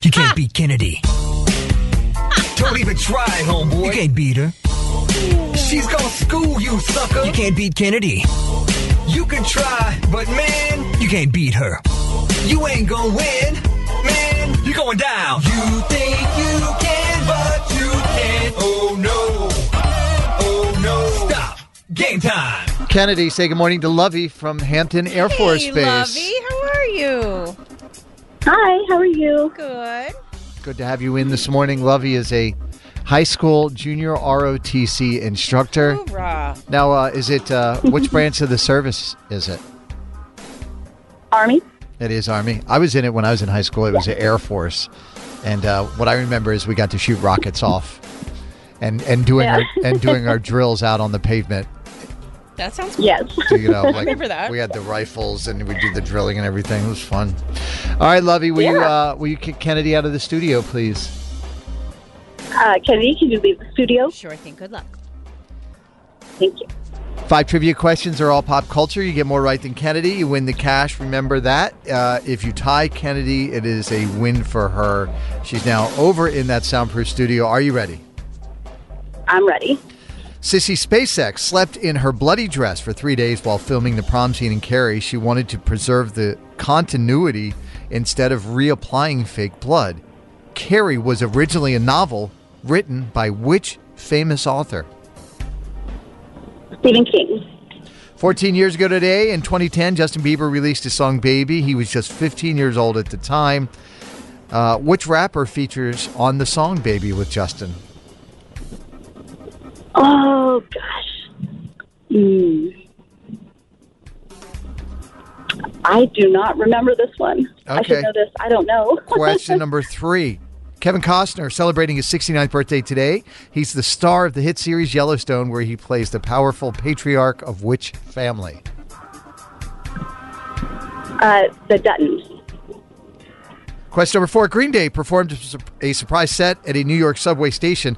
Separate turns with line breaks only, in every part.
You can't beat Kennedy.
Don't even try,
You
homeboy.
can't beat her.
She's gonna school you, sucker.
You can't beat Kennedy.
You can try, but man,
You can't beat her.
you ain't gonna win. Man, you're going down. You think you can, but you can't. Oh no. Oh no. Stop. Game time.
Kennedy, say good morning to Lovey from Hampton Air Force
hey,
Base.
Lovey, how are you?
Hi, how are you?
Good.
Good to have you in this morning. Lovey is a high school junior ROTC instructor.
Hoorah.
Now, uh, is it uh, which branch of the service is it?
Army?
It is Army. I was in it when I was in high school. It was the Air Force, and uh, what I remember is we got to shoot rockets off, and and doing our, and doing our drills out on the pavement.
That sounds cool.
Yes.
You know, like
remember that.
we had the rifles and we did the drilling and everything. It was fun. All right, Lovey, will you uh, will you kick Kennedy out of the studio, please?
Uh, Kennedy, can you leave the studio?
Sure thing. Good luck.
Thank you.
Five trivia questions are all pop culture. You get more right than Kennedy. You win the cash. Remember that. Uh, if you tie Kennedy, it is a win for her. She's now over in that soundproof studio. Are you ready?
I'm ready.
Sissy SpaceX slept in her bloody dress for three days while filming the prom scene in Carrie. She wanted to preserve the continuity instead of reapplying fake blood. Carrie was originally a novel written by which famous author?
Stephen King.
14 years ago today, in 2010, Justin Bieber released his song Baby. He was just 15 years old at the time. Uh, which rapper features on the song Baby with Justin?
Oh, gosh. Mm. I do not remember this one. I
Okay.
should know this. I don't know.
Question number three. Kevin Costner celebrating his 69th birthday today. He's the star of the hit series Yellowstone, where he plays the powerful patriarch of which family?
uh, the Duttons.
Question number four Green Day performed a sur- a surprise set at a New York subway station.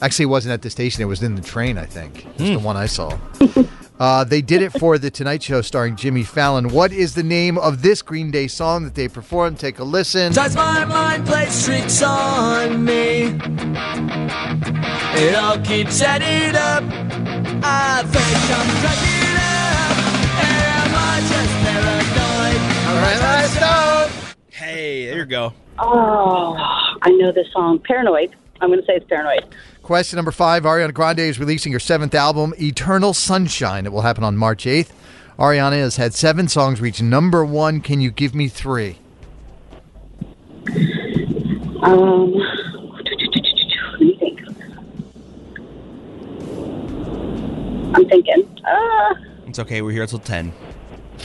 Actually, it wasn't at the station, it was in the train, I think. It's the one I saw. Uh, they did it for The Tonight Show starring Jimmy Fallon. What is the name of this Green Day song that they performed? Take a listen.
Does my mind play tricks on me? It all keeps adding up. I think I'm cracking up. And am I just paranoid? Am I just
Hey, there you go.
Oh, I know this song. Paranoid. I'm going to say it's Paranoid.
Question number five Ariana Grande is releasing her seventh album, Eternal Sunshine. It will happen on March 8th. Ariana has had seven songs reach number one. Can you give me three?
Um, let me think. I'm thinking. Uh,
It's okay. We're here until 10.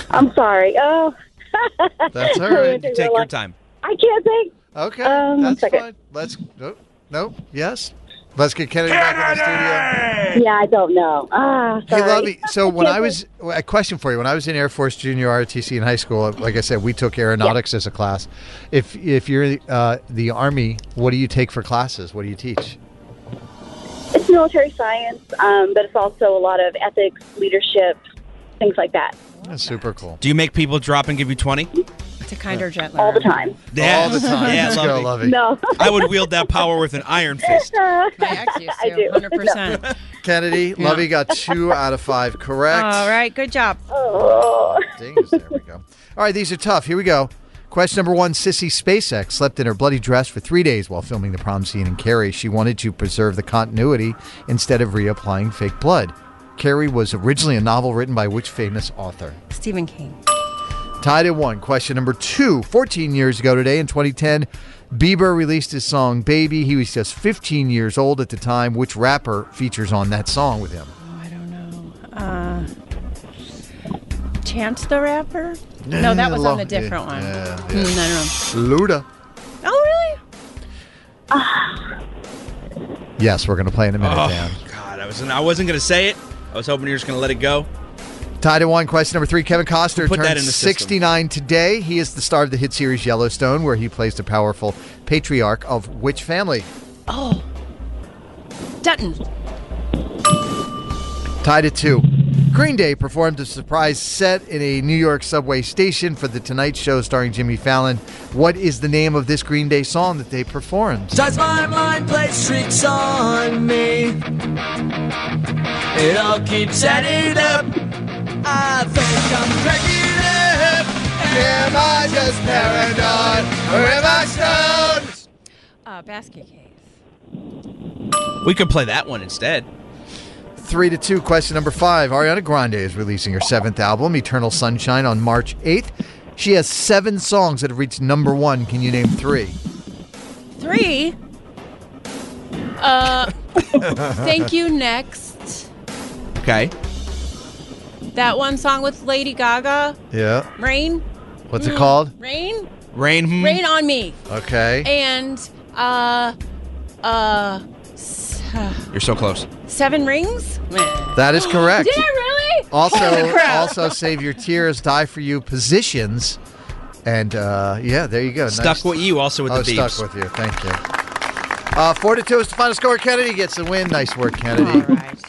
I'm sorry. Oh,
That's all right.
You take your time.
I can't think.
Okay,
Um,
that's
second.
fine. Let's nope, nope, yes. Let's get Kennedy, back
Yeah, I don't know. Ah,
in the
sorry.
studio. Hey, Lovey. So when I
can't
was a question for you, when I was in Air Force Junior ROTC in high school, like I said, we took aeronautics as a class. If if you're uh, the Army, what do you take for classes? What do you teach?
It's military science, um, but it's also a lot of ethics, leadership, things like that,
That's super cool.
Do you make people drop and give you 20?
It's a kinder, gentler.
all the time.
All the time.
Yeah,
Let's go,
lovely.
Lovey.
No,
I would wield that power with an iron fist.
I actually
I do.
100%.
Kennedy, Lovey got two out of five correct.
All right, good job.
oh,
Dingers, there we go. All right, these are tough. Here we go. Question number one Sissy SpaceX slept in her bloody dress for three days while filming the prom scene in Carrie. She wanted to preserve the continuity instead of reapplying fake blood. Carrie was originally a novel written by which famous author?
Stephen King.
Tied at one. Question number two 14 years ago today in 2010, Bieber released his song Baby. He was just 15 years old at the time. Which rapper features on that song with him?
Oh, I don't know. Uh, Chance the Rapper? No, that was on
Yeah,
a different one.
yeah, yeah.
Hmm, I don't know.
Luda.
Oh,
Yes, we're going to play in a minute, Dan.
Oh, God, I was I wasn't gonna say it. I was hoping you were just gonna let it go.
Tied at one. Question number three. Kevin Costner
Put that
turns
in the system.
69 today. He is the star of the hit series Yellowstone, where he plays the powerful patriarch of which family?
Oh. Dutton.
Tied at two. Green Day performed a surprise set in a New York subway station for The Tonight Show starring Jimmy Fallon. What is the name of this Green Day song that they performed?
Does my mind play tricks on me? It all keeps adding up. I think I'm cracking up. Am I just paranoid or am I stoned?
Uh, basket case.
We could play that one instead.
Three to two. Question number five. Ariana Grande is releasing her seventh album, Eternal Sunshine, on March 8th. She has seven songs that have reached number one. Can you name three?
Three. Uh, thank you. Next,
Okay.
that one song with Lady Gaga,
Yeah.
"Rain."
What's it called?
Rain.
Rain. hmm?
Rain on me.
Okay.
And uh, uh, s- uh,
You're so close.
seven rings.
That is correct.
Did I really? Holy
Also,
crap.
also save your tears, die for you positions, and uh, yeah, there you go.
Stuck with you also with
oh,
the thieves.
stuck with you. Thank you. Uh, four to two is the final score. Kennedy gets the win. Nice work, Kennedy.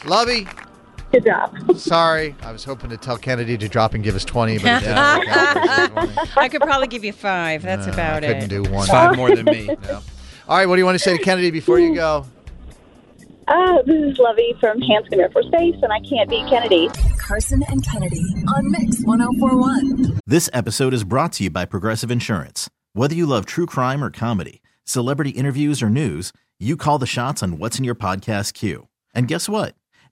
Lovey,
Good job.
sorry, I was hoping to tell Kennedy to drop and give us twenty, but it didn't work out.
I could probably give you five. That's about
Uh, I couldn't do
it.
one.
Five more than me.
No. All right, what do you want to say to Kennedy before you go?
Uh, this is Lovey from Hanscom Air Force Base, and I can't beat Kennedy.
Carson and Kennedy on Mix 1041.
This episode is brought to you by Progressive Insurance. Whether you love true crime or comedy, celebrity interviews or news, you call the shots on what's in your podcast queue. And guess what?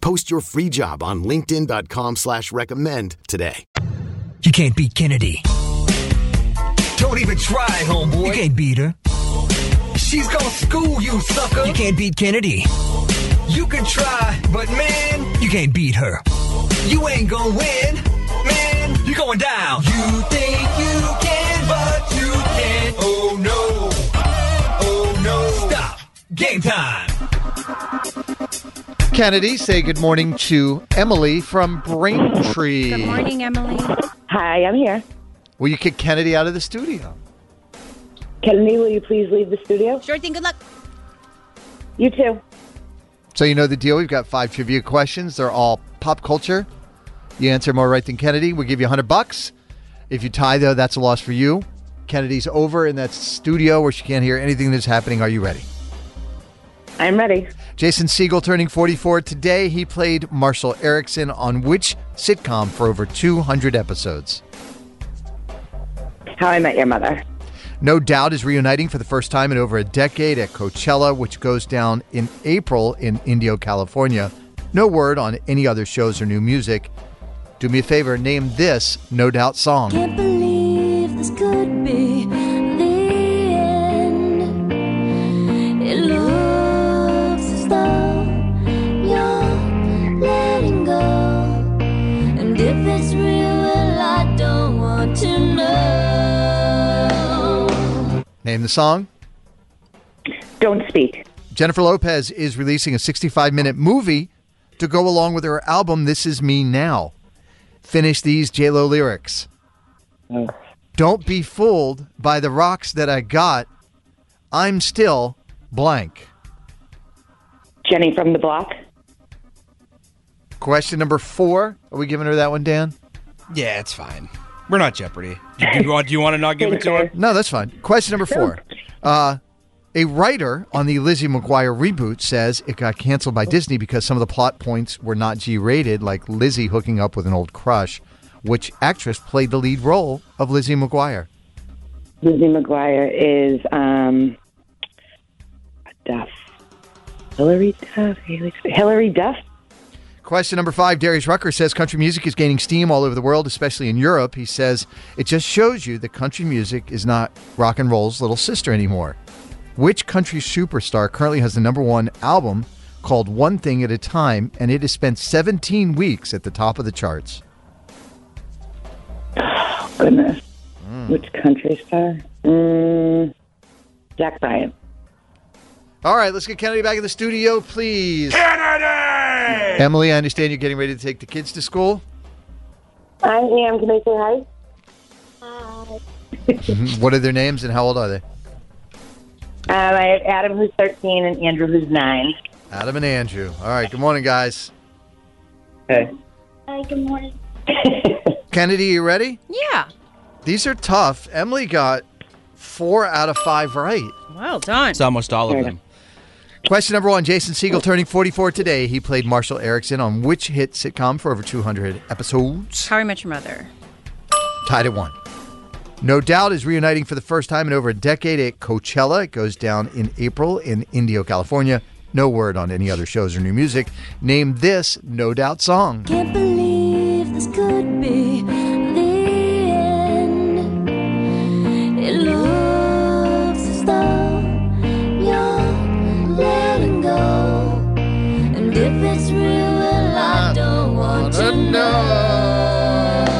Post your free job on linkedin.com/recommend slash recommend today.
You can't beat Kennedy.
Don't even try,
You
homeboy.
can't beat her.
She's gonna school you, sucker.
You can't beat Kennedy.
You can try, but man,
You can't beat her.
you ain't gonna win. Man, you're going down. You think you can, but you can't. Oh no. Oh no. Stop. Game time.
Kennedy, say good morning to Emily from Braintree.
Good morning, Emily.
Hi, I'm here.
Will you kick Kennedy out of the studio?
Kennedy, will you please leave the studio?
Sure thing. Good luck.
You too.
So you know the deal. We've got five trivia questions. They're all pop culture. You answer more right than Kennedy, we give you hundred bucks. If you tie though, that's a loss for you. Kennedy's over in that studio where she can't hear anything that's happening. Are you ready?
I'm ready.
Jason Siegel turning 44 today. He played Marshall Erickson on which sitcom for over 200 episodes?
How I Met Your Mother.
No Doubt is reuniting for the first time in over a decade at Coachella, which goes down in April in Indio, California. No word on any other shows or new music. Do me a favor, name this No Doubt song.
Can't believe this could be the end. It looks as though you're letting go. And if it's real, well, I don't want to know.
Name the song.
Don't Speak.
Jennifer Lopez is releasing a 65 minute movie to go along with her album, This Is Me Now. Finish these JLo lyrics. Don't be fooled by the rocks that I got. I'm still blank.
Jenny from the block.
Question number four. Are we giving her that one, Dan?
Yeah, it's fine. We're not Jeopardy. Do you, do you want, do you want to not give it to her?
No, that's fine. Question number four. Uh, a writer on the Lizzie McGuire reboot says it got canceled by Disney because some of the plot points were not G rated, like Lizzie hooking up with an old crush. Which actress played the lead role of Lizzie McGuire?
Lizzie McGuire is um, Duff. Hillary Duff. Haley- Hillary Duff.
Question number five Darius Rucker says country music is gaining steam all over the world, especially in Europe. He says it just shows you that country music is not rock and roll's little sister anymore. Which country superstar currently has the number one album called One Thing at a Time, and it has spent 17 weeks at the top of the charts?
Goodness.
Mm.
Which country star? Mm, Jack Bryant.
All right, let's get Kennedy back in the studio, please. Kennedy! Emily, I understand you're getting ready to take the kids to school.
I am. Can I say hi?
Mhm. what are their names and how old are they?
Um, I have Adam, who's 13, and Andrew, who's 9.
Adam and Andrew. All right, good morning, guys. Hey.
Hi, good morning.
Kennedy, you ready?
Yeah.
These are tough. Emily got four out of five right.
Well done.
It's almost all of them. Question number one Jason Siegel turning 44 today. He played Marshall Erickson on which hit sitcom for over 200 episodes?
How I Met Your Mother.
Tied at one. No Doubt is reuniting for the first time in over a decade at Coachella. It goes down in April in Indio, California. No word on any other shows or new music. Name this No Doubt song.
Can't believe this could be the end. It looks as though you're letting go. And if it's real, well, I don't want to know.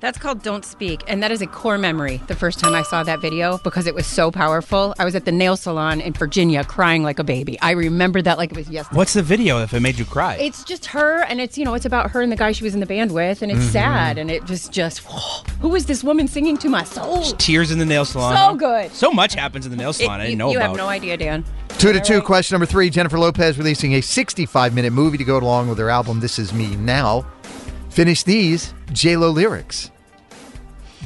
That's called Don't Speak, and that is a core memory the first time I saw that video because it was so powerful. I was at the nail salon in Virginia crying like a baby. I remember that like it was yesterday.
What's the video if it made you cry?
It's just her, and it's you know it's about her and the guy she was in the band with, and it's
Mhm.
sad, and it was just who is this woman singing to my soul?
Tears in the nail salon.
So good.
So much happens in the nail salon. I
you
didn't know
you
about.
have no idea, Dan.
Two to two. Question number three Jennifer Lopez releasing a 65 minute movie to go along with her album This Is Me Now. Finish these JLo lyrics.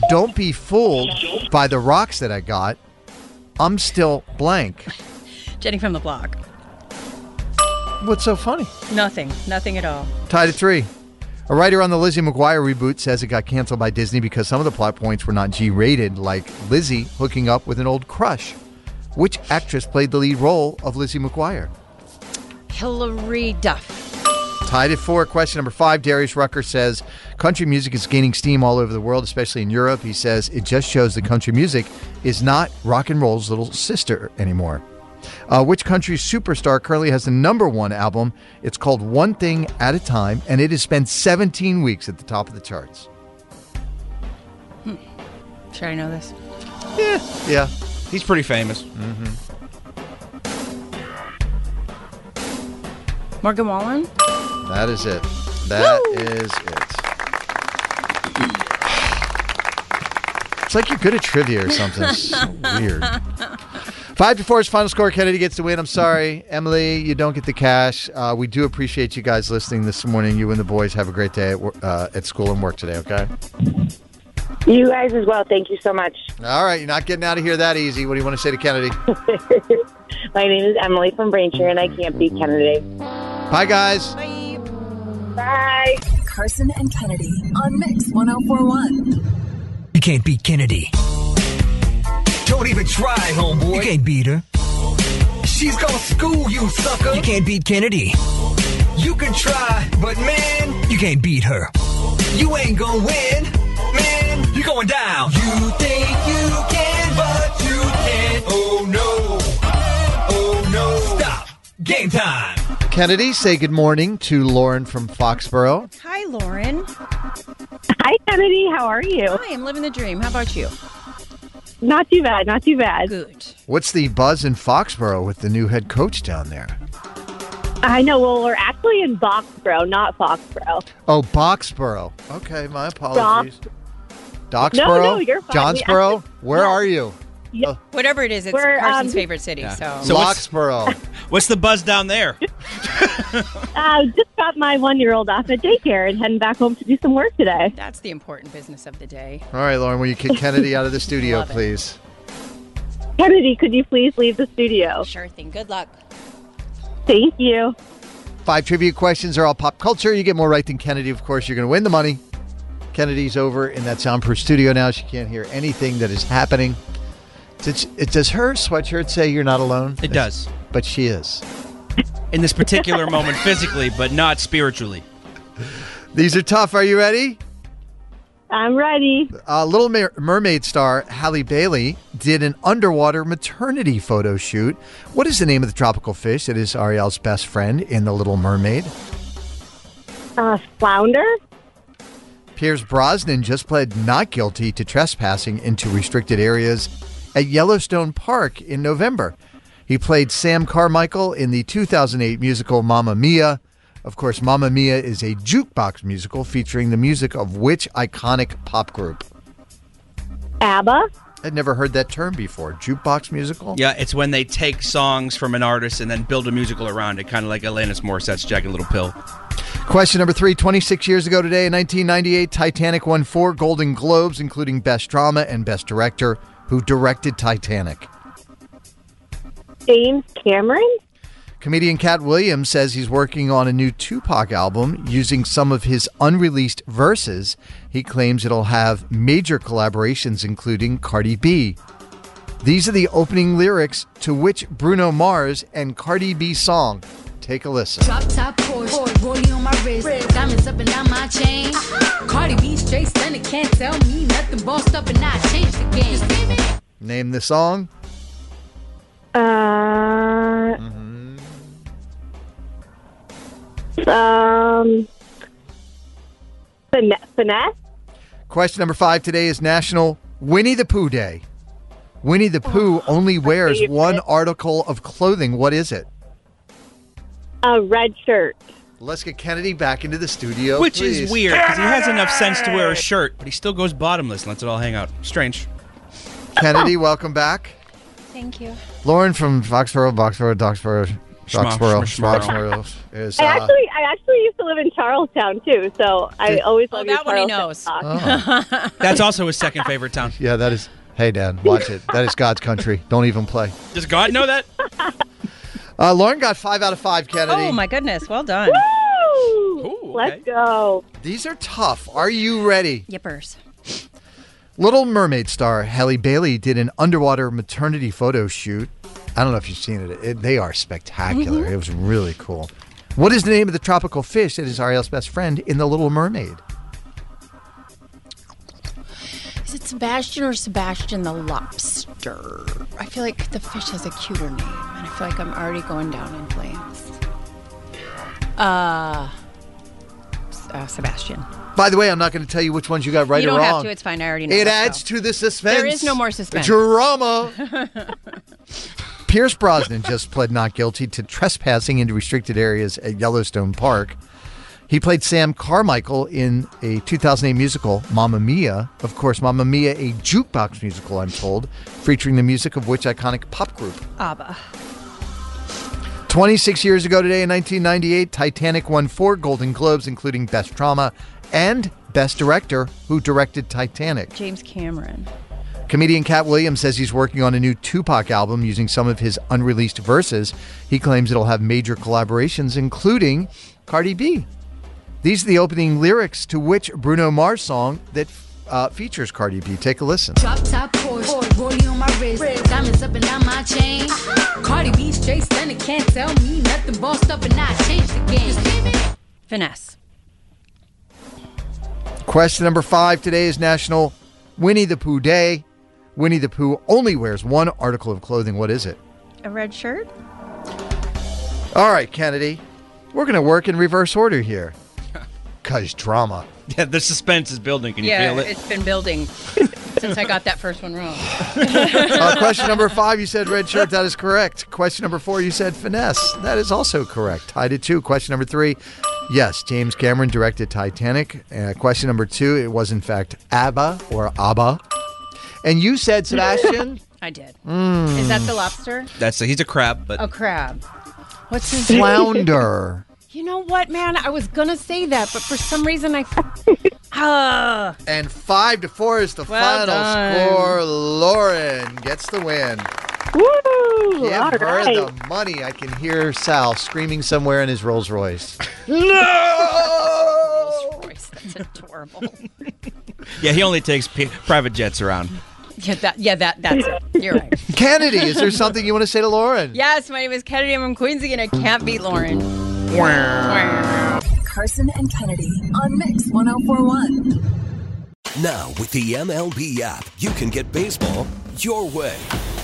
Don't be fooled by the rocks that I got. I'm still blank.
Jenny from the block.
What's so funny?
Nothing. Nothing at all.
Tied at three. A writer on the Lizzie McGuire reboot says it got canceled by Disney because some of the plot points were not G rated, like Lizzie hooking up with an old crush. Which actress played the lead role of Lizzie McGuire?
Hillary Duff.
Tied at four. Question number five. Darius Rucker says country music is gaining steam all over the world, especially in Europe. He says it just shows that country music is not rock and roll's little sister anymore. Uh, which country superstar currently has the number one album? It's called One Thing at a Time, and it has spent 17 weeks at the top of the charts.
Should I know this?
Yeah. Yeah.
He's pretty famous.
Mm-hmm.
Morgan Wallen.
That is it. That is it. It's like you're good at trivia or something. It's so weird. Five to four is final score. Kennedy gets the win. I'm sorry, Emily, you don't get the cash. Uh, we do appreciate you guys listening this morning. You and the boys have a great day at, wor- uh, at school and work today. Okay.
You guys as well. Thank you so much.
All right, you're not getting out of here that easy. What do you want to say to Kennedy?
My name is Emily from Braintree, and I can't beat Kennedy.
Bye, guys.
Bye.
Carson and Kennedy on Mix 1041.
You can't beat Kennedy.
Don't even try, homeboy.
You can't beat her.
She's gonna school you, sucker.
You can't beat Kennedy.
You can try, but man,
You can't beat her.
you ain't gonna win. Man, you're going down. You think you can, but you can't. Oh no. Oh no. Stop. Game time.
Kennedy, say good morning to Lauren from Foxborough.
Hi, Lauren.
Hi, Kennedy. How are you?
Hi, I'm living the dream. How about you?
Not too bad. Not too bad.
Good.
What's the buzz in Foxborough with the new head coach down there?
I know. Well, we're actually in Boxborough, not Foxborough.
Oh, Boxborough. Okay, my apologies. Doxborough?
No, no, you're fine. We
Johnsborough? Where are you?
Whatever it is, it's
We're,
Carson's
um,
favorite city. So,
Boxborough.
What's the buzz down there?
Uh, just got my one-year-old off at daycare and heading back home to do some work today.
That's the important business of the day.
All right, Lauren, will you kick Kennedy out of the studio,
Love it.
please?
Kennedy, could you please leave the studio?
Sure thing. Good luck.
Thank you.
Five trivia questions are all pop culture. You get more right than Kennedy, of course, you're going to win the money. Kennedy's over in that soundproof studio now. She can't hear anything that is happening. Does, it, does her sweatshirt say you're not alone?
It does.
But she is.
In this particular moment, physically, but not spiritually.
These are tough. Are you ready?
I'm ready.
Uh, Little Mer- Mermaid star Halle Bailey did an underwater maternity photo shoot. What is the name of the tropical fish that is Ariel's best friend in The Little Mermaid?
Uh, flounder.
Pierce Brosnan just pled not guilty to trespassing into restricted areas at Yellowstone Park in November. He played Sam Carmichael in the 2008 musical Mamma Mia. Of course, Mamma Mia is a jukebox musical featuring the music of which iconic pop group?
ABBA.
I'd never heard that term before. Jukebox musical?
Yeah, it's when they take songs from an artist and then build a musical around it, kind of like Alanis Morissette's Jagged Little Pill.
Question number three 26 years ago today, in 1998, Titanic won four Golden Globes, including Best Drama and Best Director. Who directed Titanic?
James Cameron.
Comedian Cat Williams says he's working on a new Tupac album using some of his unreleased verses. He claims it'll have major collaborations, including Cardi B. These are the opening lyrics to which Bruno Mars and Cardi B song. Take a listen.
Drop top Porsche, rollie on my wrist, diamonds up and down my chain.
Uh-huh.
Cardi B straight stunning, can't tell me nothing. Bossed up and I changed the game.
Name the song.
Uh. Um. Fin- finesse.
Question number five today is National Winnie the Pooh Day. Winnie the Pooh
Oh,
only wears one article of clothing. What is it?
A red shirt.
Let's get Kennedy back into the studio.
Which
Oh, please.
is weird because he has enough sense to wear a shirt, but he still goes bottomless and lets it all hang out. Strange.
Kennedy, welcome back.
Thank you.
Lauren from Foxborough, Boxborough, Doxborough,
Schmuck,
Foxborough,
schmuck,
Foxborough is.
I
Uh,
actually, I actually used to live in Charlestown too, so I
Did-
always
Oh,
love
that one he knows.
That's also his second favorite town.
yeah, that is. Hey, Dan, watch it. That is God's country. Don't even play.
Does God know that?
Uh, Lauren got five out of five. Kennedy.
Oh my goodness! Well done.
Let's go.
These are tough. Are you ready?
Yippers.
Little Mermaid star Halle Bailey did an underwater maternity photo shoot. I don't know if you've seen it. It- they are spectacular.
Mhm.
It was really cool. What is the name of the tropical fish that is Ariel's best friend in The Little Mermaid?
Is it Sebastian or Sebastian the lobster? I feel like the fish has a cuter name, and I feel like I'm already going down in flames. Uh, S- uh Sebastian.
By the way, I'm not going to tell you which ones you got right
you don't
or wrong.
have to. It's fine. I already know.
It
so.
adds to the suspense.
There is no more suspense.
Drama. Pierce Brosnan just pled not guilty to trespassing into restricted areas at Yellowstone Park. He played Sam Carmichael in a 2008 musical, Mamma Mia. Of course, Mamma Mia, a jukebox musical, I'm told, featuring the music of which iconic pop group?
Abba.
26 years ago today in 1998, Titanic won four Golden Globes, including Best Drama and Best Director, who directed Titanic.
James Cameron.
Comedian Cat Williams says he's working on a new Tupac album using some of his unreleased verses. He claims it'll have major collaborations, including Cardi B. These are the opening lyrics to which Bruno Mars song that uh, features Cardi B. Take a listen.
Drop top Porsche, rollie on my wrist, diamonds up and down my chain.
Uh-huh.
Cardi B straight stunning, can't tell me nothing. Bossed up and I changed the game.
Finesse.
Question number five today is National Winnie the Pooh Day. Winnie the Pooh only wears one article of clothing. What is it?
A red shirt.
All right, Kennedy, we're going to work in reverse order here. Cause drama.
Yeah, the suspense is building. Can you
yeah,
feel it?
has been building. since I got that first one wrong.
Uh, question number five, you said red shirt. That is correct. Question number four, you said finesse. That is also correct. Tied at two. Question number three, yes, James Cameron directed Titanic. Uh, question number two, it was in fact ABBA or ABBA. And you said, Sebastian,
I did.
Mm.
Is that the lobster?
That's a, he's a crab, but
A crab. What's his
flounder.
You know what, man? I was gonna say that, but for some reason I. Ah.
And five to four is the final
Well done.
score. Lauren gets the win.
Woo!
Give
all
her the
right.
money. I can hear Sal screaming somewhere in his Rolls Royce.
No!
That's adorable.
yeah, he only takes p- private jets around.
yeah, that. Yeah, that. That's it. You're right.
Kennedy, is there something you want to say to Lauren?
Yes, my name is Kennedy. I'm from Queensy, and I can't beat Lauren.
Carson and Kennedy on Mix 1041.
Now, with the MLB app, you can get baseball your way.